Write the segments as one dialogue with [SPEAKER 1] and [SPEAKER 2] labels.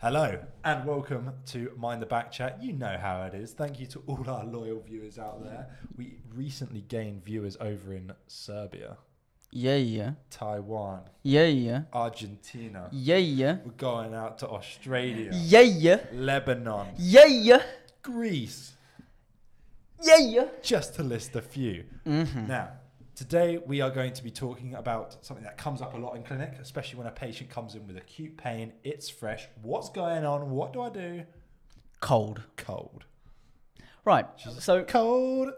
[SPEAKER 1] Hello and welcome to Mind the Back Chat. You know how it is. Thank you to all our loyal viewers out there. We recently gained viewers over in Serbia,
[SPEAKER 2] Yeah, yeah.
[SPEAKER 1] Taiwan,
[SPEAKER 2] Yeah, yeah.
[SPEAKER 1] Argentina.
[SPEAKER 2] Yeah, yeah.
[SPEAKER 1] We're going out to Australia,
[SPEAKER 2] Yeah, yeah.
[SPEAKER 1] Lebanon,
[SPEAKER 2] Yeah, yeah.
[SPEAKER 1] Greece,
[SPEAKER 2] Yeah, yeah.
[SPEAKER 1] just to list a few. Now, today we are going to be talking about something that comes up a lot in clinic, especially when a patient comes in with acute pain. It's fresh. What's going on? What do I do?
[SPEAKER 2] Cold.
[SPEAKER 1] Cold.
[SPEAKER 2] Right. So
[SPEAKER 1] Cold.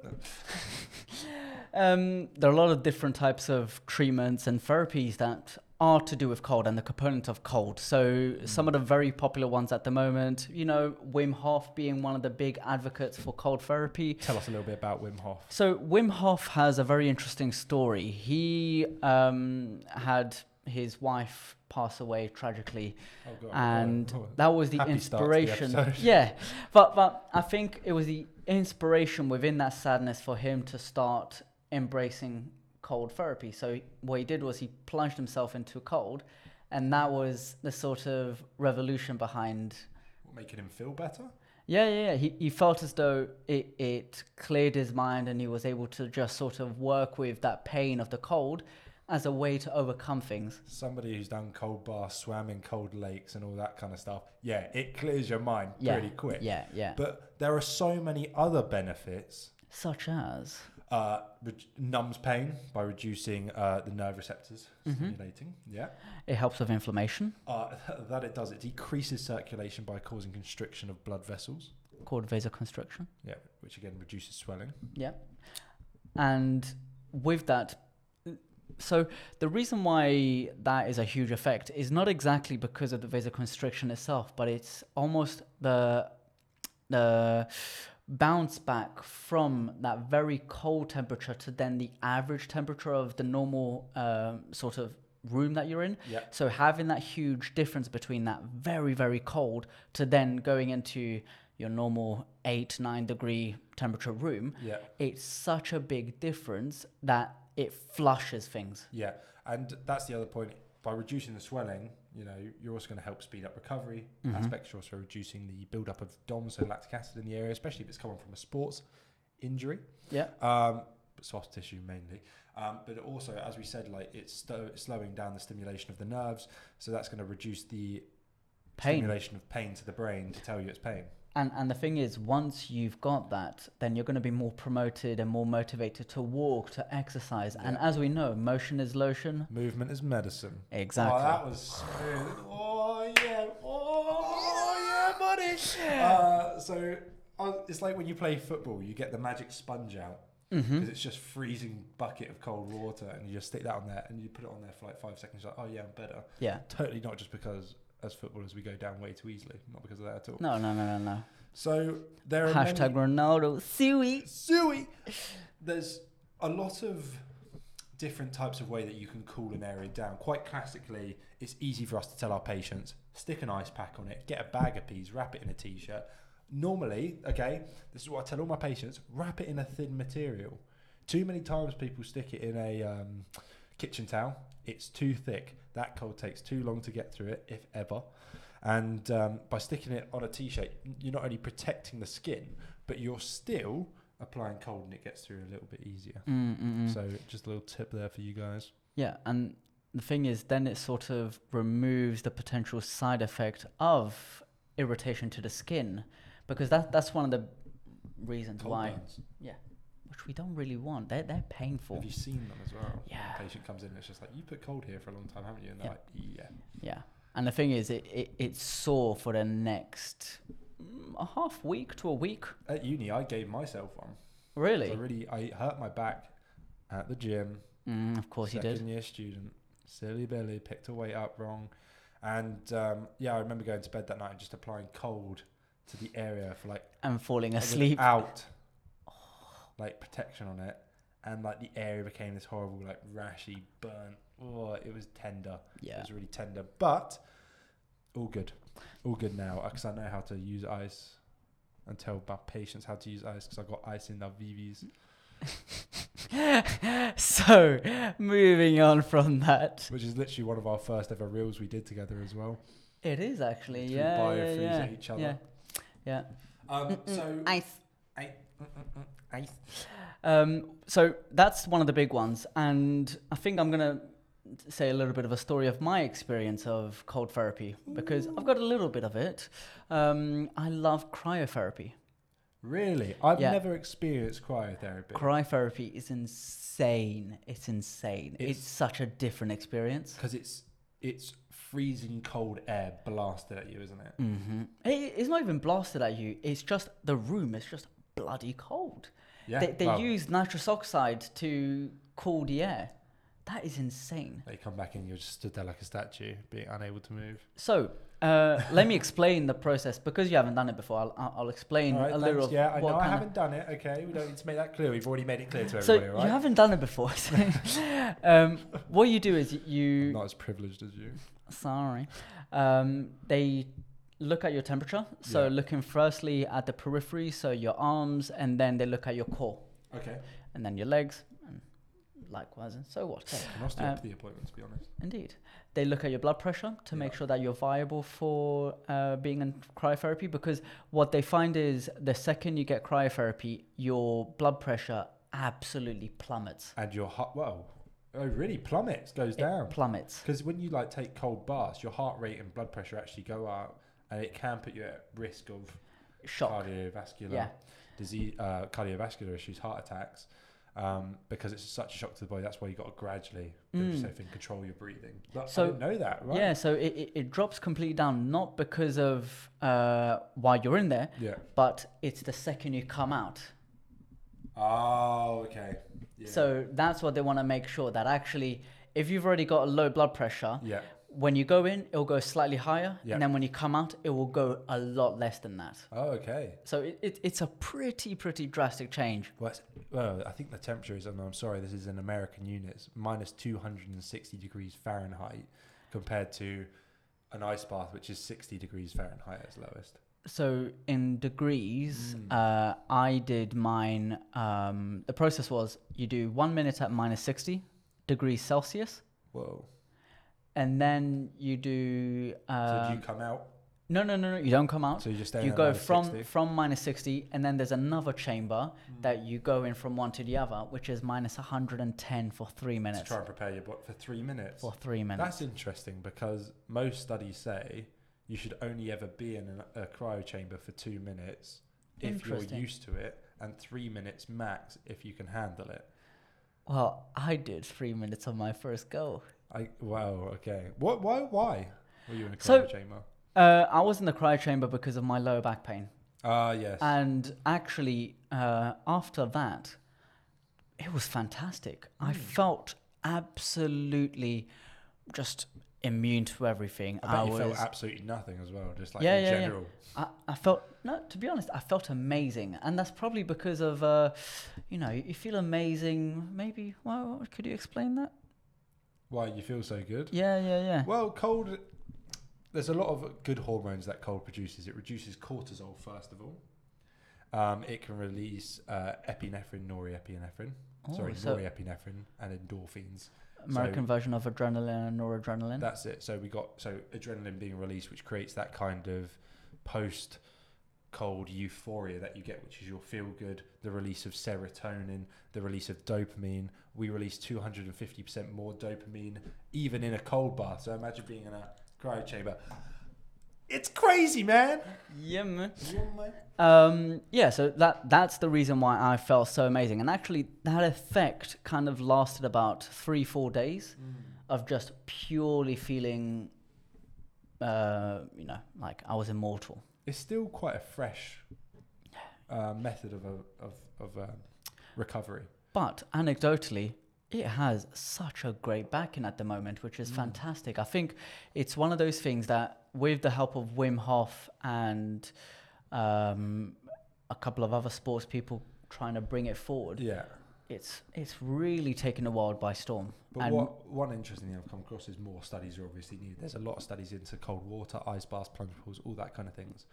[SPEAKER 2] um, there are a lot of different types of treatments and therapies that are to do with cold and the component of cold. So some of the very popular ones at the moment, you know, Wim Hof being one of the big advocates for cold therapy.
[SPEAKER 1] Tell us a little bit about Wim Hof.
[SPEAKER 2] So Wim Hof has a very interesting story. He um, had his wife pass away tragically,
[SPEAKER 1] Oh, God.
[SPEAKER 2] and
[SPEAKER 1] Oh, oh.
[SPEAKER 2] that was the
[SPEAKER 1] Happy start to the
[SPEAKER 2] inspiration.
[SPEAKER 1] episode.
[SPEAKER 2] yeah, but but I think it was the inspiration within that sadness for him to start embracing cold therapy. So what he did was he plunged himself into cold, and that was the sort of revolution behind
[SPEAKER 1] making him feel better.
[SPEAKER 2] yeah, yeah, yeah. He, he felt as though it, it cleared his mind and he was able to just sort of work with that pain of the cold as a way to overcome things.
[SPEAKER 1] Somebody who's done cold baths, swam in cold lakes, and all that kind of stuff. Yeah, it clears your mind
[SPEAKER 2] Yeah.
[SPEAKER 1] pretty quick.
[SPEAKER 2] Yeah, yeah.
[SPEAKER 1] But there are so many other benefits.
[SPEAKER 2] Such as.
[SPEAKER 1] Uh, re- numbs pain by reducing uh, the nerve receptors,
[SPEAKER 2] Mm-hmm.
[SPEAKER 1] stimulating. Yeah.
[SPEAKER 2] It helps with inflammation,
[SPEAKER 1] Uh, that it does. It decreases circulation by causing constriction of blood vessels.
[SPEAKER 2] called vasoconstriction.
[SPEAKER 1] Yeah, which again reduces swelling.
[SPEAKER 2] Yeah. And with that, so the reason why that is a huge effect is not exactly because of the vasoconstriction itself, but it's almost the the bounce back from that very cold temperature to then the average temperature of the normal um, sort of room that you're in.
[SPEAKER 1] Yeah.
[SPEAKER 2] So having that huge difference between that very very cold to then going into your normal eight nine degree temperature room
[SPEAKER 1] Yeah.
[SPEAKER 2] it's such a big difference that it flushes things.
[SPEAKER 1] Yeah, and that's the other point. By reducing the swelling, you know, you're also going to help speed up recovery. Aspects you're also reducing the buildup of DOM, so lactic acid in the area, especially if it's coming from a sports injury,
[SPEAKER 2] Yeah.
[SPEAKER 1] um, but soft tissue mainly. Um, but it also, as we said, like it's sto- slowing down the stimulation of the nerves, so that's going to reduce the
[SPEAKER 2] Pain.
[SPEAKER 1] stimulation of pain to the brain to tell you it's pain.
[SPEAKER 2] And and the thing is, once you've got that, then you're going to be more promoted and more motivated to walk, to exercise. And as we know, motion is lotion.
[SPEAKER 1] Movement is medicine.
[SPEAKER 2] Exactly.
[SPEAKER 1] Oh, that was smooth. Oh yeah. Oh yeah, buddy. Uh, so uh, it's like when you play football, you get the magic sponge out because
[SPEAKER 2] Mm-hmm.
[SPEAKER 1] it's just freezing bucket of cold water, and you just stick that on there, and you put it on there for like five seconds. You're like, oh yeah, I'm better.
[SPEAKER 2] Yeah.
[SPEAKER 1] Totally not just because as footballers we go down way too easily, not because of that at all.
[SPEAKER 2] No, no, no, no, no.
[SPEAKER 1] So there are many-
[SPEAKER 2] Hashtag Ronaldo. Suey.
[SPEAKER 1] Suey. There's a lot of different types of way that you can cool an area down. Quite classically, it's easy for us to tell our patients stick an ice pack on it, get a bag of peas, wrap it in a t shirt. Normally, okay, this is what I tell all my patients wrap it in a thin material. Too many times people stick it in a um, kitchen towel, it's too thick. That cold takes too long to get through it, if ever. And um, by sticking it on a t shirt, you're not only protecting the skin, but you're still applying cold and it gets through a little bit easier.
[SPEAKER 2] Mm, mm, mm.
[SPEAKER 1] So just a little tip there for you guys.
[SPEAKER 2] Yeah, and the thing is, then it sort of removes the potential side effect of irritation to the skin, because that that's one of the reasons
[SPEAKER 1] Cold
[SPEAKER 2] why,
[SPEAKER 1] burns.
[SPEAKER 2] which we don't really want. They're they're painful.
[SPEAKER 1] Have you seen them as well?
[SPEAKER 2] Yeah.
[SPEAKER 1] The patient comes in and it's just like, you put cold here for a long time, haven't you? And they're
[SPEAKER 2] Yeah.
[SPEAKER 1] like, yeah.
[SPEAKER 2] Yeah, and the thing is, it, it it's sore for the next mm, a half week to a week.
[SPEAKER 1] At uni, I gave myself one.
[SPEAKER 2] Really?
[SPEAKER 1] I really, I hurt my back at the gym.
[SPEAKER 2] Mm, of course
[SPEAKER 1] second
[SPEAKER 2] you did.
[SPEAKER 1] year student, silly Billy, picked a weight up wrong. And um, yeah, I remember going to bed that night and just applying cold to the area for like
[SPEAKER 2] And falling
[SPEAKER 1] I was
[SPEAKER 2] asleep.
[SPEAKER 1] out like protection on it and like the area became this horrible like rashy burnt oh it was tender it
[SPEAKER 2] Yeah.
[SPEAKER 1] was really tender but all good all good now because i know how to use ice and tell my patients how to use ice because i got ice in their vvs
[SPEAKER 2] So, moving on from that.
[SPEAKER 1] which is literally one of our first ever reels we did together as well
[SPEAKER 2] It is actually,
[SPEAKER 1] Through
[SPEAKER 2] yeah, yeah,
[SPEAKER 1] biofreeze
[SPEAKER 2] yeah,
[SPEAKER 1] at each other.
[SPEAKER 2] yeah, yeah.
[SPEAKER 1] Um, so
[SPEAKER 2] Ice.
[SPEAKER 1] I-
[SPEAKER 2] Um, so that's one of the big ones, and I think I'm gonna say a little bit of a story of my experience of cold therapy because I've got a little bit of it. Um, I love cryotherapy.
[SPEAKER 1] really, I've
[SPEAKER 2] Yeah.
[SPEAKER 1] never experienched cryotherapy.
[SPEAKER 2] Cryotherapy is insane. It's insane. It's,
[SPEAKER 1] It's-
[SPEAKER 2] such a different experience.
[SPEAKER 1] because it's it's freezing cold air blasted at you, isn't it?
[SPEAKER 2] hmm It, it's not even blasted at you. It's just the room is just bloody cold.
[SPEAKER 1] Yeah,
[SPEAKER 2] they they
[SPEAKER 1] well,
[SPEAKER 2] use nitrous oxide to cool the air. That is insane.
[SPEAKER 1] They come back and you're just stood there like a statue, being unable to move.
[SPEAKER 2] So uh, let me explain the process because you haven't done it before. I'll- I'll, I'll explain
[SPEAKER 1] All right,
[SPEAKER 2] a
[SPEAKER 1] thanks.
[SPEAKER 2] little. of
[SPEAKER 1] yeah, I
[SPEAKER 2] what
[SPEAKER 1] know I
[SPEAKER 2] kinda-
[SPEAKER 1] haven't done it. Okay, we don't need to make that clear. We've already made it clear to
[SPEAKER 2] So
[SPEAKER 1] everybody,
[SPEAKER 2] you
[SPEAKER 1] right?
[SPEAKER 2] haven't done it before. so, um, what you do is you.
[SPEAKER 1] I'm not as privileged as you.
[SPEAKER 2] Sorry. Um, they look at your temperature. So
[SPEAKER 1] Yeah.
[SPEAKER 2] looking firstly at the periphery, so your arms, and then they look at your core,
[SPEAKER 1] Okay,
[SPEAKER 2] and then your legs, and likewise, and so what.
[SPEAKER 1] an osteopathy appointment, to be honest.
[SPEAKER 2] Indeed. They look at your blood pressure to make
[SPEAKER 1] Yeah.
[SPEAKER 2] sure that you're viable for uh, being in cryotherapy because what they find is the second you get cryotherapy, your blood pressure absolutely plummets.
[SPEAKER 1] And your heart, well, oh, really plummets, goes
[SPEAKER 2] It
[SPEAKER 1] down.
[SPEAKER 2] plummets.
[SPEAKER 1] Because when you like take cold baths, your heart rate and blood pressure actually go up, and it can put you at risk of
[SPEAKER 2] Shock.
[SPEAKER 1] cardiovascular
[SPEAKER 2] Yeah.
[SPEAKER 1] disease, uh, cardiovascular issues, heart attacks, um, because it's such a shock to the body. That's why you got to gradually put
[SPEAKER 2] Mm.
[SPEAKER 1] yourself in control your breathing. But
[SPEAKER 2] So-
[SPEAKER 1] I didn't know that, right?
[SPEAKER 2] Yeah, so it, it, it drops completely down, not because of uh, why you're in there,
[SPEAKER 1] Yeah.
[SPEAKER 2] but it's the second you come out.
[SPEAKER 1] Oh, okay. Yeah.
[SPEAKER 2] So that's what they want to make sure that actually, if you've already got a low blood pressure,
[SPEAKER 1] yeah,
[SPEAKER 2] when you go in, it'll go slightly higher,
[SPEAKER 1] Yeah.
[SPEAKER 2] and then when you come out, it will go a lot less than that.
[SPEAKER 1] oh, okay.
[SPEAKER 2] So it, it, it's a pretty, pretty drastic change.
[SPEAKER 1] Well, it's, well, I think the temperature is, and I'm sorry, this is in American units, minus 260 degrees Fahrenheit compared to an ice bath, which is 60 degrees Fahrenheit at its lowest.
[SPEAKER 2] So in degrees,
[SPEAKER 1] Mm.
[SPEAKER 2] uh, I did mine. Um, the process was you do one minute at minus 60 degrees Celsius,
[SPEAKER 1] Whoa.
[SPEAKER 2] and then you do.
[SPEAKER 1] So
[SPEAKER 2] Um,
[SPEAKER 1] do you come out?
[SPEAKER 2] no, no, no, no, you don't come out.
[SPEAKER 1] So you just stay
[SPEAKER 2] you
[SPEAKER 1] at
[SPEAKER 2] go
[SPEAKER 1] minus
[SPEAKER 2] from
[SPEAKER 1] 60?
[SPEAKER 2] from minus 60 and then there's another chamber
[SPEAKER 1] Mm.
[SPEAKER 2] that you go in from one to the other which is minus 110 for three
[SPEAKER 1] to
[SPEAKER 2] minutes
[SPEAKER 1] try and prepare your body for three minutes.
[SPEAKER 2] for three minutes
[SPEAKER 1] That's interesting because most studies say you should only ever be in an- a cryo chamber for two minutes if you're
[SPEAKER 2] Interesting.
[SPEAKER 1] used to it, and three minutes max if you can handle it.
[SPEAKER 2] well i did three minutes on my first go
[SPEAKER 1] I wow okay. What why why were you in a cryo
[SPEAKER 2] So-
[SPEAKER 1] chamber?
[SPEAKER 2] uh, i was in the cryo chamber because of my lower back pain
[SPEAKER 1] Ah yes.
[SPEAKER 2] and actually uh, after that it was fantastic i felt absolutely just immune to everything
[SPEAKER 1] I bet you
[SPEAKER 2] was
[SPEAKER 1] felt absolutely nothing as well, just like
[SPEAKER 2] Yeah,
[SPEAKER 1] in
[SPEAKER 2] yeah, yeah.
[SPEAKER 1] general.
[SPEAKER 2] I, I felt no to be honest i felt amazing and that's probably because of uh you know you feel amazing maybe well could you explain that
[SPEAKER 1] Why you feel so good?
[SPEAKER 2] yeah yeah yeah
[SPEAKER 1] Well, cold. There's a lot of good hormones that cold produces. It reduces cortisol first of all. Um, it can release uh, epinephrine, norepinephrine, sorry,
[SPEAKER 2] Oh, so
[SPEAKER 1] norepinephrine, and endorphins.
[SPEAKER 2] american version of adrenaline and noradrenaline
[SPEAKER 1] That's it. So we got so adrenaline being released, which creates that kind of post cold euphoria that you get, which is your feel good, the release of serotonin, the release of dopamine. We release 250% more dopamine even in a cold bath. So imagine being in a cryo chamber. It's crazy, man.
[SPEAKER 2] yeah man. um yeah so that that's the reason why i felt so amazing and actually that effect kind of lasted about three four days of just purely feeling uh you know like i was immortal
[SPEAKER 1] It's still quite a fresh uh, method of, a, of, of um, recovery.
[SPEAKER 2] But anecdotally, it has such a great backing at the moment, which is
[SPEAKER 1] Mm.
[SPEAKER 2] fantastic. I think it's one of those things that, with the help of Wim Hof and um, a couple of other sports people trying to bring it forward,
[SPEAKER 1] Yeah.
[SPEAKER 2] it's it's really taken the world by storm.
[SPEAKER 1] But
[SPEAKER 2] And-
[SPEAKER 1] what, one interesting thing I've come across is more studies are obviously needed. There's a lot of studies into cold water, ice baths, plunge pools, all that kind of things,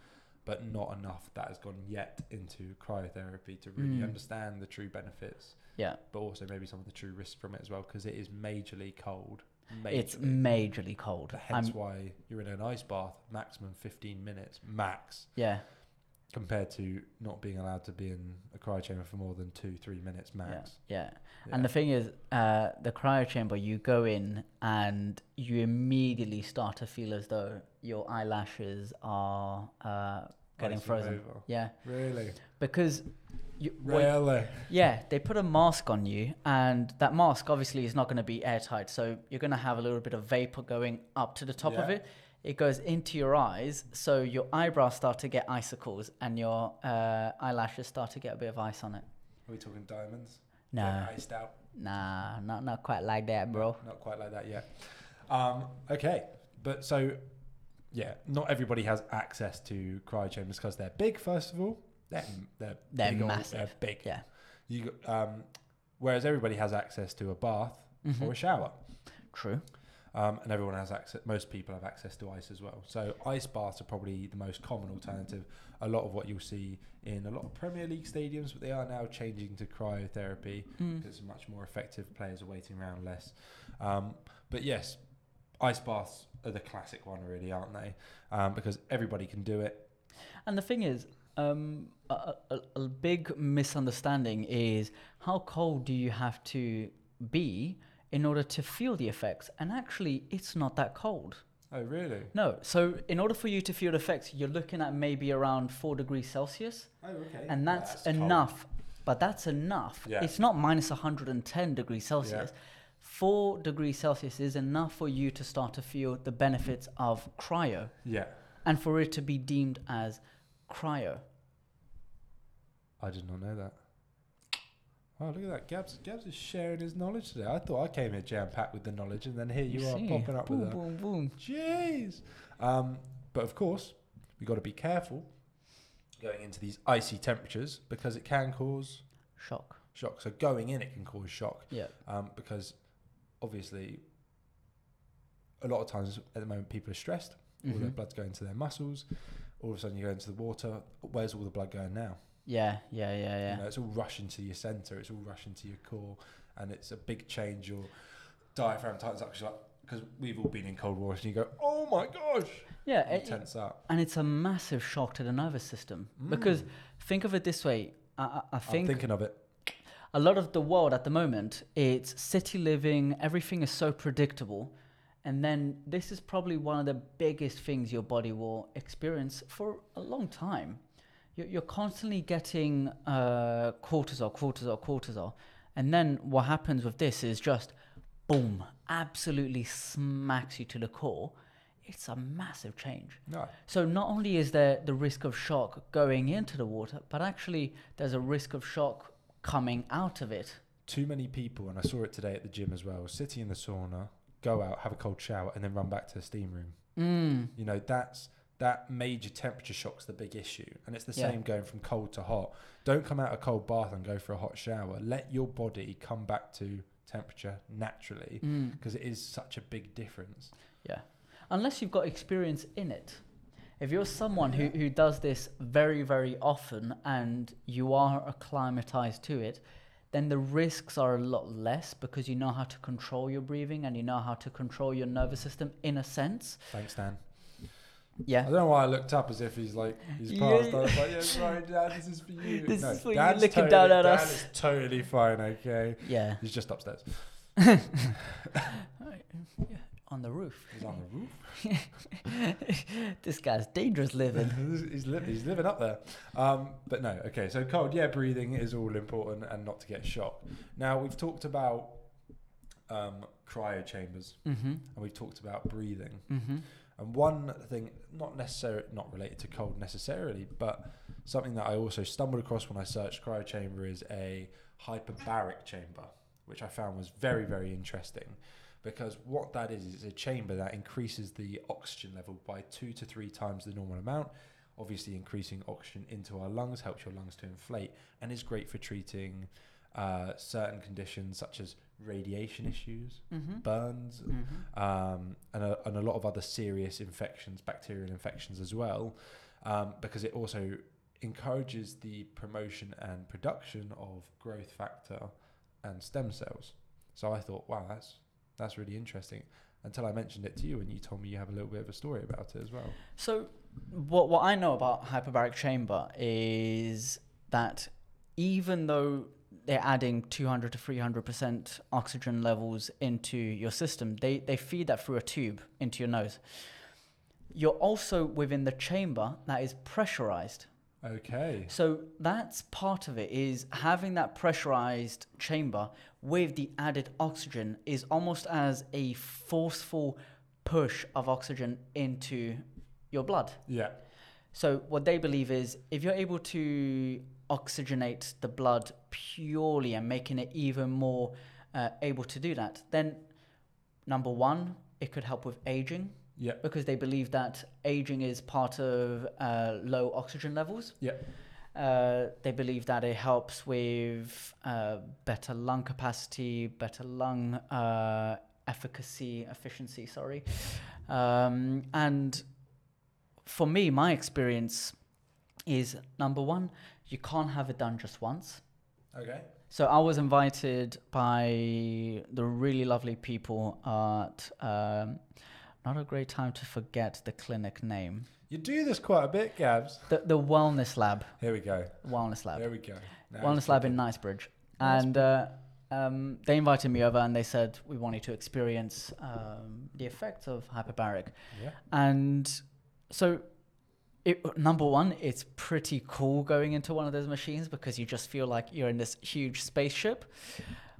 [SPEAKER 1] but not enough that has gone yet into cryotherapy to really
[SPEAKER 2] Mm.
[SPEAKER 1] understand the true benefits,
[SPEAKER 2] Yeah,
[SPEAKER 1] but also maybe some of the true risks from it as well, because it is majorly cold
[SPEAKER 2] It's
[SPEAKER 1] Majorly.
[SPEAKER 2] majorly cold.
[SPEAKER 1] But hence
[SPEAKER 2] I'm,
[SPEAKER 1] why you're in an ice bath, maximum 15 minutes, max,
[SPEAKER 2] yeah,
[SPEAKER 1] compared to not being allowed to be in a cryo chamber for more than two, three minutes
[SPEAKER 2] yeah,
[SPEAKER 1] max.
[SPEAKER 2] yeah.
[SPEAKER 1] Yeah.
[SPEAKER 2] And the thing is, uh, the cryo chamber, you go in and you immediately start to feel as though your eyelashes are uh, getting
[SPEAKER 1] Icing
[SPEAKER 2] frozen.
[SPEAKER 1] over.
[SPEAKER 2] Yeah,
[SPEAKER 1] Really?
[SPEAKER 2] because you, what-
[SPEAKER 1] Really?
[SPEAKER 2] yeah, they put a mask on you, and that mask obviously is not going to be airtight. So you're going to have a little bit of vapor going up to the top of
[SPEAKER 1] Yeah.
[SPEAKER 2] it. It goes into your eyes, so your eyebrows start to get icicles, and your uh, eyelashes start to get a bit of ice on it.
[SPEAKER 1] Are we talking diamonds?
[SPEAKER 2] No,
[SPEAKER 1] Getting Iced out?
[SPEAKER 2] nah, not not quite like that, bro.
[SPEAKER 1] Not quite like that yet. Um, okay, but so yeah, not everybody has access to cryo chambers because they're big. First of all, they're they're,
[SPEAKER 2] They're
[SPEAKER 1] big old-
[SPEAKER 2] massive.
[SPEAKER 1] they're big.
[SPEAKER 2] Yeah.
[SPEAKER 1] You g- um, whereas everybody has access to a bath
[SPEAKER 2] Mhm.
[SPEAKER 1] or a shower,
[SPEAKER 2] True.
[SPEAKER 1] um, and everyone has access. Most people have access to ice as well. So ice baths are probably the most common alternative. A lot of what you'll see in a lot of Premier League stadiums, but they are now changing to cryotherapy.
[SPEAKER 2] Mm.
[SPEAKER 1] It's much more effective. Players are waiting around less. Um, but yes, ice baths are the classic one, really, aren't they? Um, because everybody can do it.
[SPEAKER 2] And the thing is, um, a, a, a- a big misunderstanding is how cold do you have to be in order to feel the effects? And actually, it's not that cold.
[SPEAKER 1] Oh, really?
[SPEAKER 2] No. So, in order for you to feel the effects, you're looking at maybe around four degrees Celsius,
[SPEAKER 1] Oh, okay.
[SPEAKER 2] and that's, enough. But that's enough.
[SPEAKER 1] Yeah.
[SPEAKER 2] It's not minus 110 degrees Celsius. Four degrees Celsius is enough for you to start to feel the benefits of cryo
[SPEAKER 1] Yeah.
[SPEAKER 2] and for it to be deemed as cryo.
[SPEAKER 1] I did not know that. Wow, look at that. Gabs, Gabs is sharing his knowledge today. I thought I came here jam packed with the knowledge, and then here you, are
[SPEAKER 2] see?
[SPEAKER 1] popping up
[SPEAKER 2] boom,
[SPEAKER 1] with a.
[SPEAKER 2] boom, boom.
[SPEAKER 1] Jeez. Um, but of course, we got to be careful going into these icy temperatures because it can cause
[SPEAKER 2] Shock.
[SPEAKER 1] shock. So going in, it can cause shock.
[SPEAKER 2] Yeah.
[SPEAKER 1] um, because obviously a lot of times at the moment people are stressed all their
[SPEAKER 2] Mhm.
[SPEAKER 1] blood's going to their muscles all of a sudden you go into the water where's all the blood going now
[SPEAKER 2] Yeah, yeah, yeah, yeah.
[SPEAKER 1] you know it's all rushing to your center it's all rushing to your core and it's a big change your diaphragm tightens up because we've all been in cold water and you go oh my gosh
[SPEAKER 2] yeah,
[SPEAKER 1] you
[SPEAKER 2] it-
[SPEAKER 1] tense up
[SPEAKER 2] and it's a massive shock to the nervous system
[SPEAKER 1] Mm.
[SPEAKER 2] because think of it this way. I, I- I
[SPEAKER 1] i'm
[SPEAKER 2] think
[SPEAKER 1] thinking of it
[SPEAKER 2] a lot of the world at the moment, it's city living, everything is so predictable. And then this is probably one of the biggest things your body will experience for a long time. You're, you're constantly getting uh, cortisol, cortisol, cortisol. And then what happens with this is just boom, absolutely smacks you to the core. It's a massive change.
[SPEAKER 1] no
[SPEAKER 2] So not only is there the risk of shock going into the water, but actually there's a risk of shock coming out of it.
[SPEAKER 1] too many people and i saw it today at the gym as well sitting in the sauna go out have a cold shower and then run back to the steam room
[SPEAKER 2] Mm.
[SPEAKER 1] You know, that's that major temperature shock's the big issue. And it's the
[SPEAKER 2] Yeah.
[SPEAKER 1] same going from cold to hot. Don't come out a cold bath and go for a hot shower. Let your body come back to temperature naturally
[SPEAKER 2] Mm.
[SPEAKER 1] because it is such a big difference.
[SPEAKER 2] Yeah. Unless you've got experience in it. If you're someone who, who does this very, very often and you are acclimatized to it, then the risks are a lot less because you know how to control your breathing and you know how to control your nervous system in a sense.
[SPEAKER 1] Thanks, Dan. I
[SPEAKER 2] Yeah.
[SPEAKER 1] don't know why I looked up as if he's like he's
[SPEAKER 2] Uh, Yeah.
[SPEAKER 1] passed. I was like, yeah, sorry, Dan, this is for you.
[SPEAKER 2] This is for you,
[SPEAKER 1] Dan's
[SPEAKER 2] looking
[SPEAKER 1] totally-
[SPEAKER 2] down at
[SPEAKER 1] Dan
[SPEAKER 2] us.
[SPEAKER 1] is totally fine. Okay,
[SPEAKER 2] Yeah.
[SPEAKER 1] he's just upstairs.
[SPEAKER 2] On the roof.
[SPEAKER 1] He's on the roof.
[SPEAKER 2] this guy's dangerous living.
[SPEAKER 1] he's, li- he's living up there. Um, but no, okay. So cold, yeah, breathing is all important, and not to get shocked. Now we've talked about um, cryo chambers,
[SPEAKER 2] mm-hmm.
[SPEAKER 1] and we've talked about breathing.
[SPEAKER 2] Mm-hmm.
[SPEAKER 1] And one thing, not necessarily not related to cold necessarily, but something that I also stumbled across when I searched cryo chamber is a hyperbaric chamber, which I found was very very interesting. Because what that is is a chamber that increases the oxygen level by two to three times the normal amount. Obviously, increasing oxygen into our lungs helps your lungs to inflate and is great for treating uh, certain conditions such as radiation issues,
[SPEAKER 2] Mm-hmm.
[SPEAKER 1] burns, um, and, a, and a lot of other serious infections, bacterial infections as well, um, because it also encourages the promotion and production of growth factor and stem cells. So I thought, wow, that's That's really interesting. Until I mentioned it to you, and you told me you have a little bit of a story about it as well.
[SPEAKER 2] So, what what I know about hyperbaric chamber is that even though they're adding 200 to 300 percent oxygen levels into your system, they they feed that through a tube into your nose. You're also within the chamber that is pressurized.
[SPEAKER 1] Okay.
[SPEAKER 2] So that's part of it is having that pressurized chamber with the added oxygen is almost as a forceful push of oxygen into your blood.
[SPEAKER 1] Yeah.
[SPEAKER 2] So what they believe is if you're able to oxygenate the blood purely and making it even more uh, able to do that, then number one, it could help with aging
[SPEAKER 1] Yeah.
[SPEAKER 2] because they believe that aging is part of uh, low oxygen levels.
[SPEAKER 1] Yeah.
[SPEAKER 2] Uh, they believe that it helps with uh, better lung capacity, better lung uh, efficacy, efficiency, sorry. Um, and for me, my experience is number one, you can't have it done just once.
[SPEAKER 1] Okay.
[SPEAKER 2] So I was invited by the really lovely people at um, not a great time to forget the clinic name.
[SPEAKER 1] You do this quite a bit, Gabs.
[SPEAKER 2] The the Wellness Lab,
[SPEAKER 1] Here we go.
[SPEAKER 2] Wellness Lab,
[SPEAKER 1] There we go. Now it's
[SPEAKER 2] Wellness Lab
[SPEAKER 1] cooking.
[SPEAKER 2] in Knightsbridge, and uh, um, they invited me over and they said we want you to experience um, the effects of hyperbaric,
[SPEAKER 1] Yeah.
[SPEAKER 2] and so. It, number one, it's pretty cool going into one of those machines because you just feel like you're in this huge spaceship.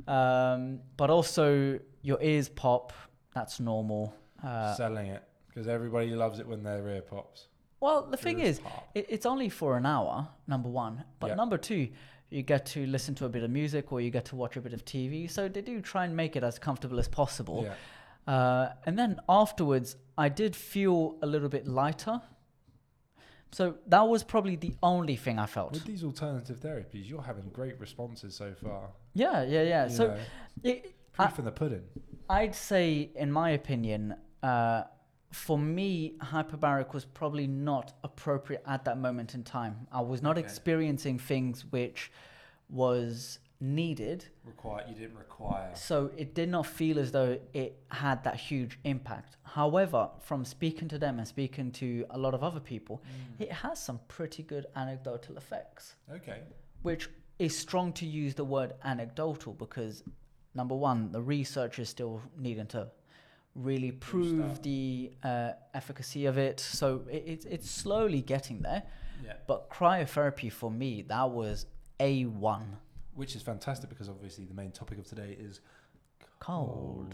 [SPEAKER 2] Um, but also, your ears pop. That's normal. Uh,
[SPEAKER 1] Selling it because everybody loves it when their ear pops.
[SPEAKER 2] well, the thing
[SPEAKER 1] Ears
[SPEAKER 2] is,
[SPEAKER 1] pop.
[SPEAKER 2] It, it's only for an hour, number one. But
[SPEAKER 1] Yeah.
[SPEAKER 2] number two, you get to listen to a bit of music or you get to watch a bit of TV. So they do try and make it as comfortable as possible.
[SPEAKER 1] Yeah.
[SPEAKER 2] Uh, and then afterwards, I did feel a little bit lighter. So that was probably the only thing I felt.
[SPEAKER 1] With these alternative therapies, you're having great responses so far.
[SPEAKER 2] yeah, yeah, yeah.
[SPEAKER 1] You
[SPEAKER 2] So
[SPEAKER 1] know,
[SPEAKER 2] it, I-
[SPEAKER 1] proof in the pudding.
[SPEAKER 2] I'd say, in my opinion, uh, for me, hyperbaric was probably not appropriate at that moment in time. I was not
[SPEAKER 1] Okay.
[SPEAKER 2] experiencing things which was needed,
[SPEAKER 1] Require you didn't require.
[SPEAKER 2] so it did not feel as though it had that huge impact. However, from speaking to them and speaking to a lot of other people, it has some pretty good anecdotal effects
[SPEAKER 1] Okay.
[SPEAKER 2] which is strong to use the word anecdotal because number one, the research is still needing to really prove
[SPEAKER 1] that.
[SPEAKER 2] the uh, efficacy of it. So it, it's it's slowly getting there.
[SPEAKER 1] Yeah.
[SPEAKER 2] But cryotherapy for me, that was a one
[SPEAKER 1] Which is fantastic because obviously the main topic of today is
[SPEAKER 2] cold.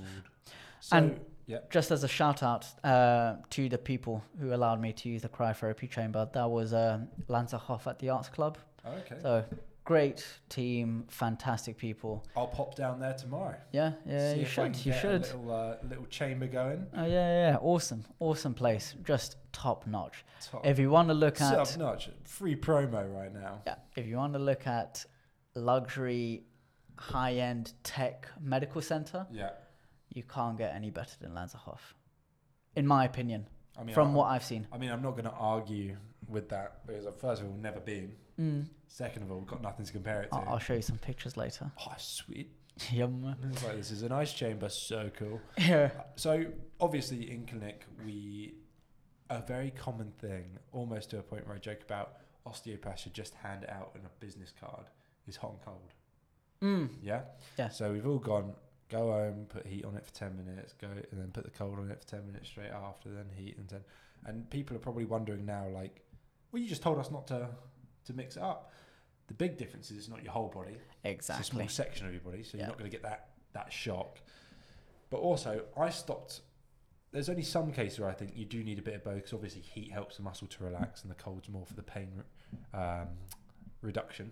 [SPEAKER 1] So
[SPEAKER 2] And-
[SPEAKER 1] yeah,
[SPEAKER 2] Just as a shout out uh, to the people who allowed me to use the cryotherapy chamber, that was uh, Lanza Hoff at the Arts Club.
[SPEAKER 1] okay.
[SPEAKER 2] So great team, fantastic people.
[SPEAKER 1] I'll pop down there tomorrow.
[SPEAKER 2] Yeah, yeah,
[SPEAKER 1] See
[SPEAKER 2] you
[SPEAKER 1] if I
[SPEAKER 2] should,
[SPEAKER 1] can
[SPEAKER 2] you
[SPEAKER 1] get
[SPEAKER 2] should.
[SPEAKER 1] A little, uh, little chamber going.
[SPEAKER 2] Oh yeah, yeah, yeah, awesome, awesome place, just top notch.
[SPEAKER 1] Top,
[SPEAKER 2] If you want to look
[SPEAKER 1] top
[SPEAKER 2] at,
[SPEAKER 1] notch. Free promo right now.
[SPEAKER 2] yeah, if you want to look at luxury, high-end tech medical center,
[SPEAKER 1] Yeah.
[SPEAKER 2] you can't get any better than Lanzerhof, in my opinion,
[SPEAKER 1] I mean,
[SPEAKER 2] from
[SPEAKER 1] I,
[SPEAKER 2] what I've seen.
[SPEAKER 1] I mean, I'm not going to argue with that because I've, first of all, never been.
[SPEAKER 2] Mm.
[SPEAKER 1] Second of all, got nothing to compare it to.
[SPEAKER 2] I'll, I'll show you some pictures later.
[SPEAKER 1] oh sweet.
[SPEAKER 2] Yum.
[SPEAKER 1] It's like this is an ice chamber. So cool.
[SPEAKER 2] Yeah.
[SPEAKER 1] So obviously in clinic we a very common thing, almost to a point where I joke about osteopaths should just hand out on a business card is hot and cold.
[SPEAKER 2] Mm.
[SPEAKER 1] Yeah?
[SPEAKER 2] Yeah.
[SPEAKER 1] So we've all gone go home, put heat on it for ten minutes, go and then put the cold on it for ten minutes straight after, then heat and then and people are probably wondering now, like, well you just told us not to to mix it up. The big difference is it's not your whole body. It's a
[SPEAKER 2] Exactly.
[SPEAKER 1] small section of your body, so
[SPEAKER 2] Yeah.
[SPEAKER 1] you're not going to get that that shock. But also, I stopped. There's only some cases where I think you do need a bit of both, because obviously heat helps the muscle to relax, and the cold's more for the pain um, reduction.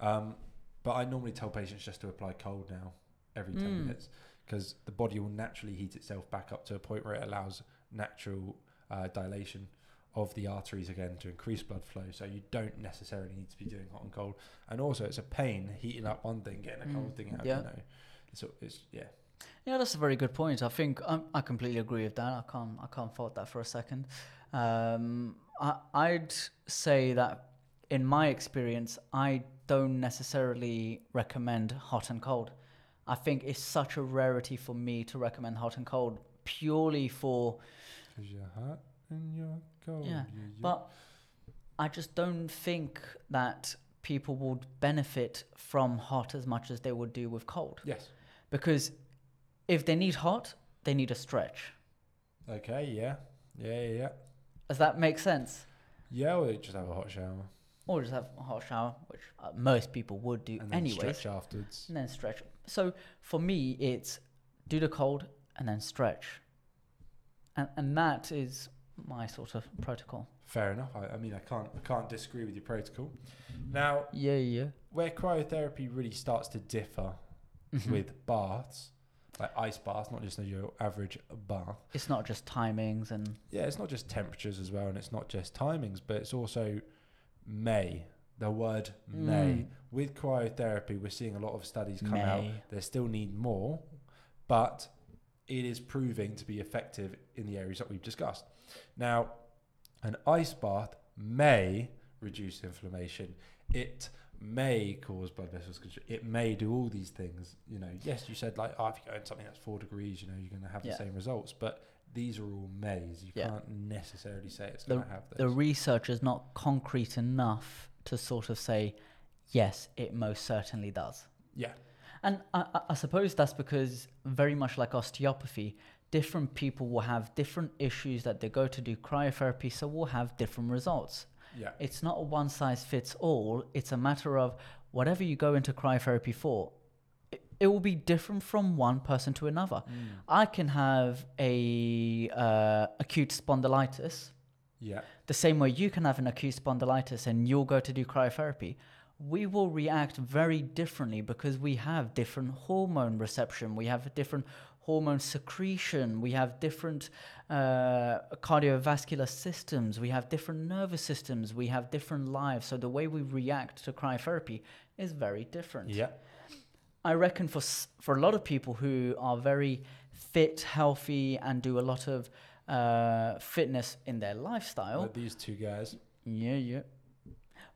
[SPEAKER 1] Um, but I normally tell patients just to apply cold now every ten
[SPEAKER 2] Mm.
[SPEAKER 1] minutes, because the body will naturally heat itself back up to a point where it allows natural uh, dilation of the arteries again to increase blood flow. So you don't necessarily need to be doing hot and cold. And also, it's a pain heating up one thing, getting a
[SPEAKER 2] Mm,
[SPEAKER 1] cold thing out.
[SPEAKER 2] yeah.
[SPEAKER 1] You know, it's it's yeah.
[SPEAKER 2] Yeah, that's a very good point. I think um, I completely agree with that. I can't I can't fault that for a second. Um, I I'd say that in my experience, I don't necessarily recommend hot and cold. I think is such a rarity for me to recommend hot and cold purely for
[SPEAKER 1] Because you're hot and you're cold.
[SPEAKER 2] Yeah,
[SPEAKER 1] you- you-
[SPEAKER 2] But I just don't think that people would benefit from hot as much as they would do with cold.
[SPEAKER 1] yes.
[SPEAKER 2] Because if they need hot, they need a stretch.
[SPEAKER 1] Okay. Yeah. Yeah. Yeah. Yeah.
[SPEAKER 2] Does that make sense?
[SPEAKER 1] Yeah. Or just have a hot shower
[SPEAKER 2] Or just have a hot shower, which uh, most people would do
[SPEAKER 1] and then
[SPEAKER 2] anyways,
[SPEAKER 1] stretch afterwards.
[SPEAKER 2] and then stretch. So for me, it's do the cold and then stretch. And, and that is my sort of protocol.
[SPEAKER 1] Fair enough. I, I mean, I can't. I can't disagree with your protocol. Now,
[SPEAKER 2] Yeah, yeah.
[SPEAKER 1] where cryotherapy really starts to differ
[SPEAKER 2] Mhm.
[SPEAKER 1] with baths, like ice baths, not just your average bath.
[SPEAKER 2] It's not just timings and
[SPEAKER 1] Yeah, it's not just temperatures as well, and it's not just timings, but it's also May. The word May.
[SPEAKER 2] Mm.
[SPEAKER 1] With cryotherapy, we're seeing a lot of studies come out.
[SPEAKER 2] May.
[SPEAKER 1] They still need more, but it is proving to be effective in the areas that we've discussed. Now, an ice bath may reduce inflammation. It may cause blood vessels constriction. It may do all these things. You know, yes, you said like, oh, if you go in something that's four degrees, you know, you're going to have
[SPEAKER 2] Yeah.
[SPEAKER 1] the same results. But these are all mays. You
[SPEAKER 2] Yeah.
[SPEAKER 1] can't necessarily say it's going to have
[SPEAKER 2] the
[SPEAKER 1] those.
[SPEAKER 2] research is not concrete enough to sort of say, yes, it most certainly does.
[SPEAKER 1] yeah,
[SPEAKER 2] And I, I- I suppose that's because, very much like osteopathy, different people will have different issues that they go to do cryotherapy, so will have different results.
[SPEAKER 1] yeah,
[SPEAKER 2] It's not a one size fits all, it's a matter of whatever you go into cryotherapy for, it, it will be different from one person to another. I can have a uh, acute spondylitis
[SPEAKER 1] yeah.
[SPEAKER 2] the same way you can have an acute spondylitis and you'll go to do cryotherapy, we will react very differently because we have different hormone reception, we have different hormone secretion, we have different uh, cardiovascular systems, we have different nervous systems, we have different lives. So the way we react to cryotherapy is very different.
[SPEAKER 1] Yeah,
[SPEAKER 2] I reckon for s- for a lot of people who are very fit, healthy, and do a lot of uh, fitness in their lifestyle,
[SPEAKER 1] But these two guys.
[SPEAKER 2] yeah, yeah.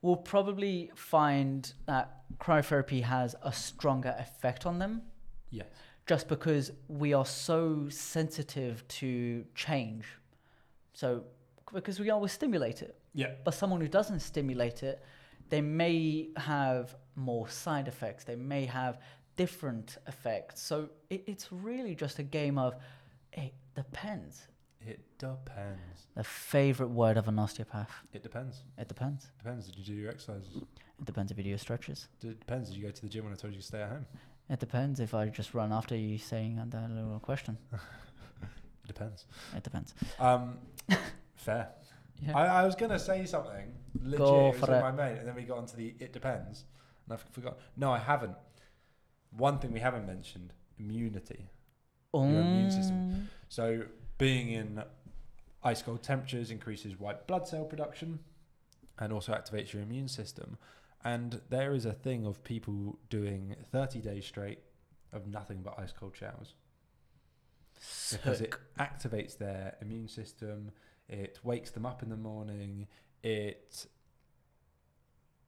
[SPEAKER 2] We'll probably find that cryotherapy has a stronger effect on them
[SPEAKER 1] Yes.
[SPEAKER 2] just because we are so sensitive to change. So, because we always stimulate it.
[SPEAKER 1] Yeah.
[SPEAKER 2] But someone who doesn't stimulate it, they may have more side effects, they may have different effects. So, it, it's really just a game of it depends.
[SPEAKER 1] It depends.
[SPEAKER 2] The favorite word of an osteopath
[SPEAKER 1] It depends.
[SPEAKER 2] it depends.
[SPEAKER 1] Depends. Did you do your exercises?
[SPEAKER 2] It depends if you do stretches.
[SPEAKER 1] It depends. Did you go to the gym when I told you to stay at home?
[SPEAKER 2] It depends if I just run after you saying that little question.
[SPEAKER 1] It depends.
[SPEAKER 2] It depends.
[SPEAKER 1] Um, fair.
[SPEAKER 2] Yeah.
[SPEAKER 1] I, I was gonna say something legit it
[SPEAKER 2] Go
[SPEAKER 1] was
[SPEAKER 2] for
[SPEAKER 1] with
[SPEAKER 2] it.
[SPEAKER 1] my mate, and then we got onto the it depends, and I forgot. No, I haven't. One thing we haven't mentioned: immunity. your
[SPEAKER 2] Um,
[SPEAKER 1] immune system. So being in ice cold temperatures increases white blood cell production, and also activates your immune system. And there is a thing of people doing 30 days straight of nothing but ice cold showers because it
[SPEAKER 2] Sick.
[SPEAKER 1] activates their immune system. It wakes them up in the morning. It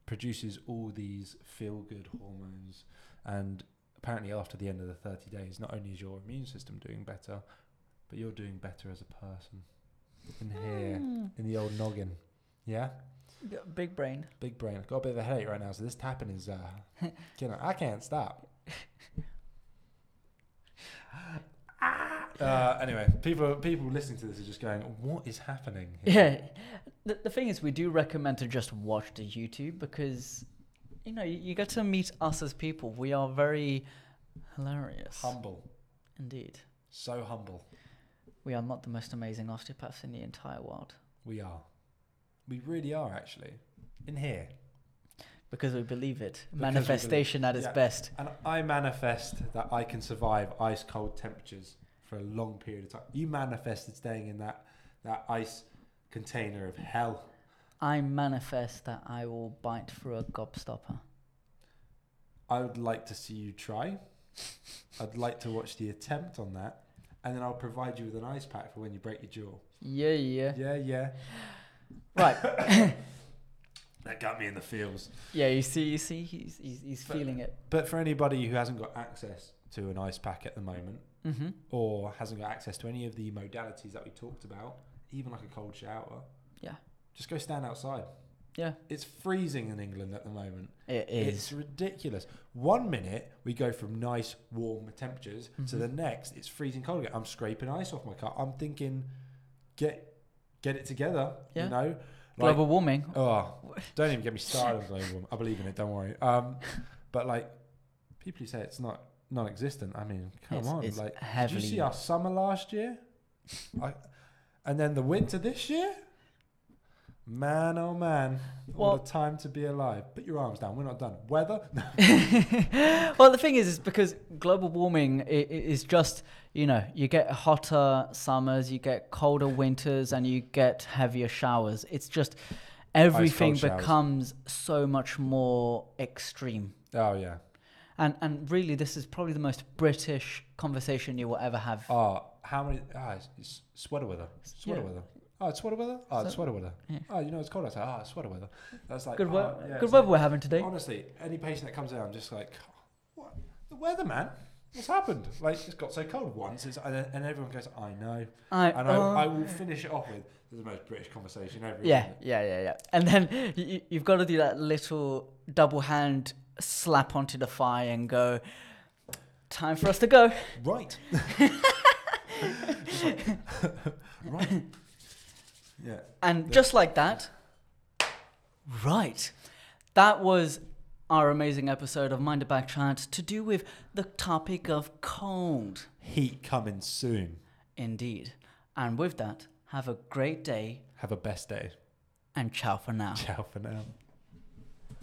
[SPEAKER 1] produces all these feel good hormones. And apparently, after the end of the 30 days, not only is your immune system doing better, but you're doing better as a person in here,
[SPEAKER 2] Mm.
[SPEAKER 1] in the old noggin. Yeah?
[SPEAKER 2] Yeah, Big brain.
[SPEAKER 1] Big brain. I've got a bit of a headache right now, so this tapping is, uh, you know, I can't stop. Uh, anyway, people people listening to this are just going, "What is happening?"
[SPEAKER 2] Yeah. The, the thing is, we do recommend to just watch the YouTube because, you know, you, you get to meet us as people. We are very hilarious.
[SPEAKER 1] humble,
[SPEAKER 2] Indeed.
[SPEAKER 1] so humble
[SPEAKER 2] We are not the most amazing osteopaths in the entire world
[SPEAKER 1] we are. We really are actually in here,
[SPEAKER 2] because we believe it.
[SPEAKER 1] we believe-
[SPEAKER 2] Manifestation at its
[SPEAKER 1] yeah.
[SPEAKER 2] best.
[SPEAKER 1] and I manifest that I can survive ice cold temperatures for a long period of time. You manifested staying in that that ice container of hell.
[SPEAKER 2] I manifest that I will bite through a gobstopper.
[SPEAKER 1] I would like to see you try. I'd like to watch the attempt on that. And then I'll provide you with an ice pack for when you break your jaw.
[SPEAKER 2] Yeah, yeah.
[SPEAKER 1] Yeah, yeah.
[SPEAKER 2] Right.
[SPEAKER 1] That got me in the feels.
[SPEAKER 2] Yeah, you see, you see, he's he's, he's
[SPEAKER 1] But-
[SPEAKER 2] feeling it.
[SPEAKER 1] But for anybody who hasn't got access to an ice pack at the moment
[SPEAKER 2] hmm
[SPEAKER 1] or hasn't got access to any of the modalities that we talked about, even like a cold shower,
[SPEAKER 2] Yeah.
[SPEAKER 1] just go stand outside.
[SPEAKER 2] Yeah.
[SPEAKER 1] It's freezing in England at the moment.
[SPEAKER 2] It
[SPEAKER 1] It's
[SPEAKER 2] is.
[SPEAKER 1] ridiculous. One minute we go from nice warm temperatures to
[SPEAKER 2] Mm-hmm.
[SPEAKER 1] the next it's freezing cold again. I'm scraping ice off my car. I'm thinking, get get it together.
[SPEAKER 2] Yeah.
[SPEAKER 1] You know, Like-
[SPEAKER 2] Global warming.
[SPEAKER 1] Oh, don't even get me started on global warming. I believe in it. Don't worry. Um, but like people who say it's not non-existent. I mean, come
[SPEAKER 2] It's-
[SPEAKER 1] on.
[SPEAKER 2] it's
[SPEAKER 1] like, did you
[SPEAKER 2] heavily-
[SPEAKER 1] see our summer last year? I, and then the winter this year. Man, oh man,
[SPEAKER 2] Well-
[SPEAKER 1] what a time to be alive. Put your arms down. We're not done. Weather. No.
[SPEAKER 2] well, the thing is, is because global warming i- i- is just you know you get hotter summers, you get colder winters, and you get heavier showers. It's just everything
[SPEAKER 1] showers.
[SPEAKER 2] becomes so much more extreme.
[SPEAKER 1] Oh yeah.
[SPEAKER 2] And and really, this is probably the most British conversation you will ever have.
[SPEAKER 1] Oh, how many? Ah, it's, it's sweater weather. Sweater
[SPEAKER 2] Yeah.
[SPEAKER 1] weather. Oh, it's sweater weather. Oh, it's
[SPEAKER 2] So-
[SPEAKER 1] sweater weather.
[SPEAKER 2] yeah.
[SPEAKER 1] Oh, you know it's cold outside. Oh, it's sweater weather. That's like
[SPEAKER 2] good
[SPEAKER 1] oh,
[SPEAKER 2] weather,
[SPEAKER 1] yeah,
[SPEAKER 2] good
[SPEAKER 1] it's
[SPEAKER 2] weather eh? we're having today.
[SPEAKER 1] Honestly, any patient that comes in, I'm just like, what? The weather, man. What's happened? Like, it's got so cold once, it's, and, and everyone goes, I know.
[SPEAKER 2] I,
[SPEAKER 1] And I, I
[SPEAKER 2] uh,
[SPEAKER 1] will finish it off with, this is the most British conversation ever. isn't
[SPEAKER 2] yeah,
[SPEAKER 1] it?"
[SPEAKER 2] yeah, yeah, yeah. And then you, you've got to do that little double hand slap onto the fire and go. Time for us to go.
[SPEAKER 1] Right. Just like, right. Yeah.
[SPEAKER 2] And just like that, right. That was our amazing episode of Mind a Back Chat to do with the topic of cold.
[SPEAKER 1] Heat coming soon.
[SPEAKER 2] Indeed. And with that, have a great day
[SPEAKER 1] Have a best day.
[SPEAKER 2] and ciao for now.
[SPEAKER 1] Ciao for now.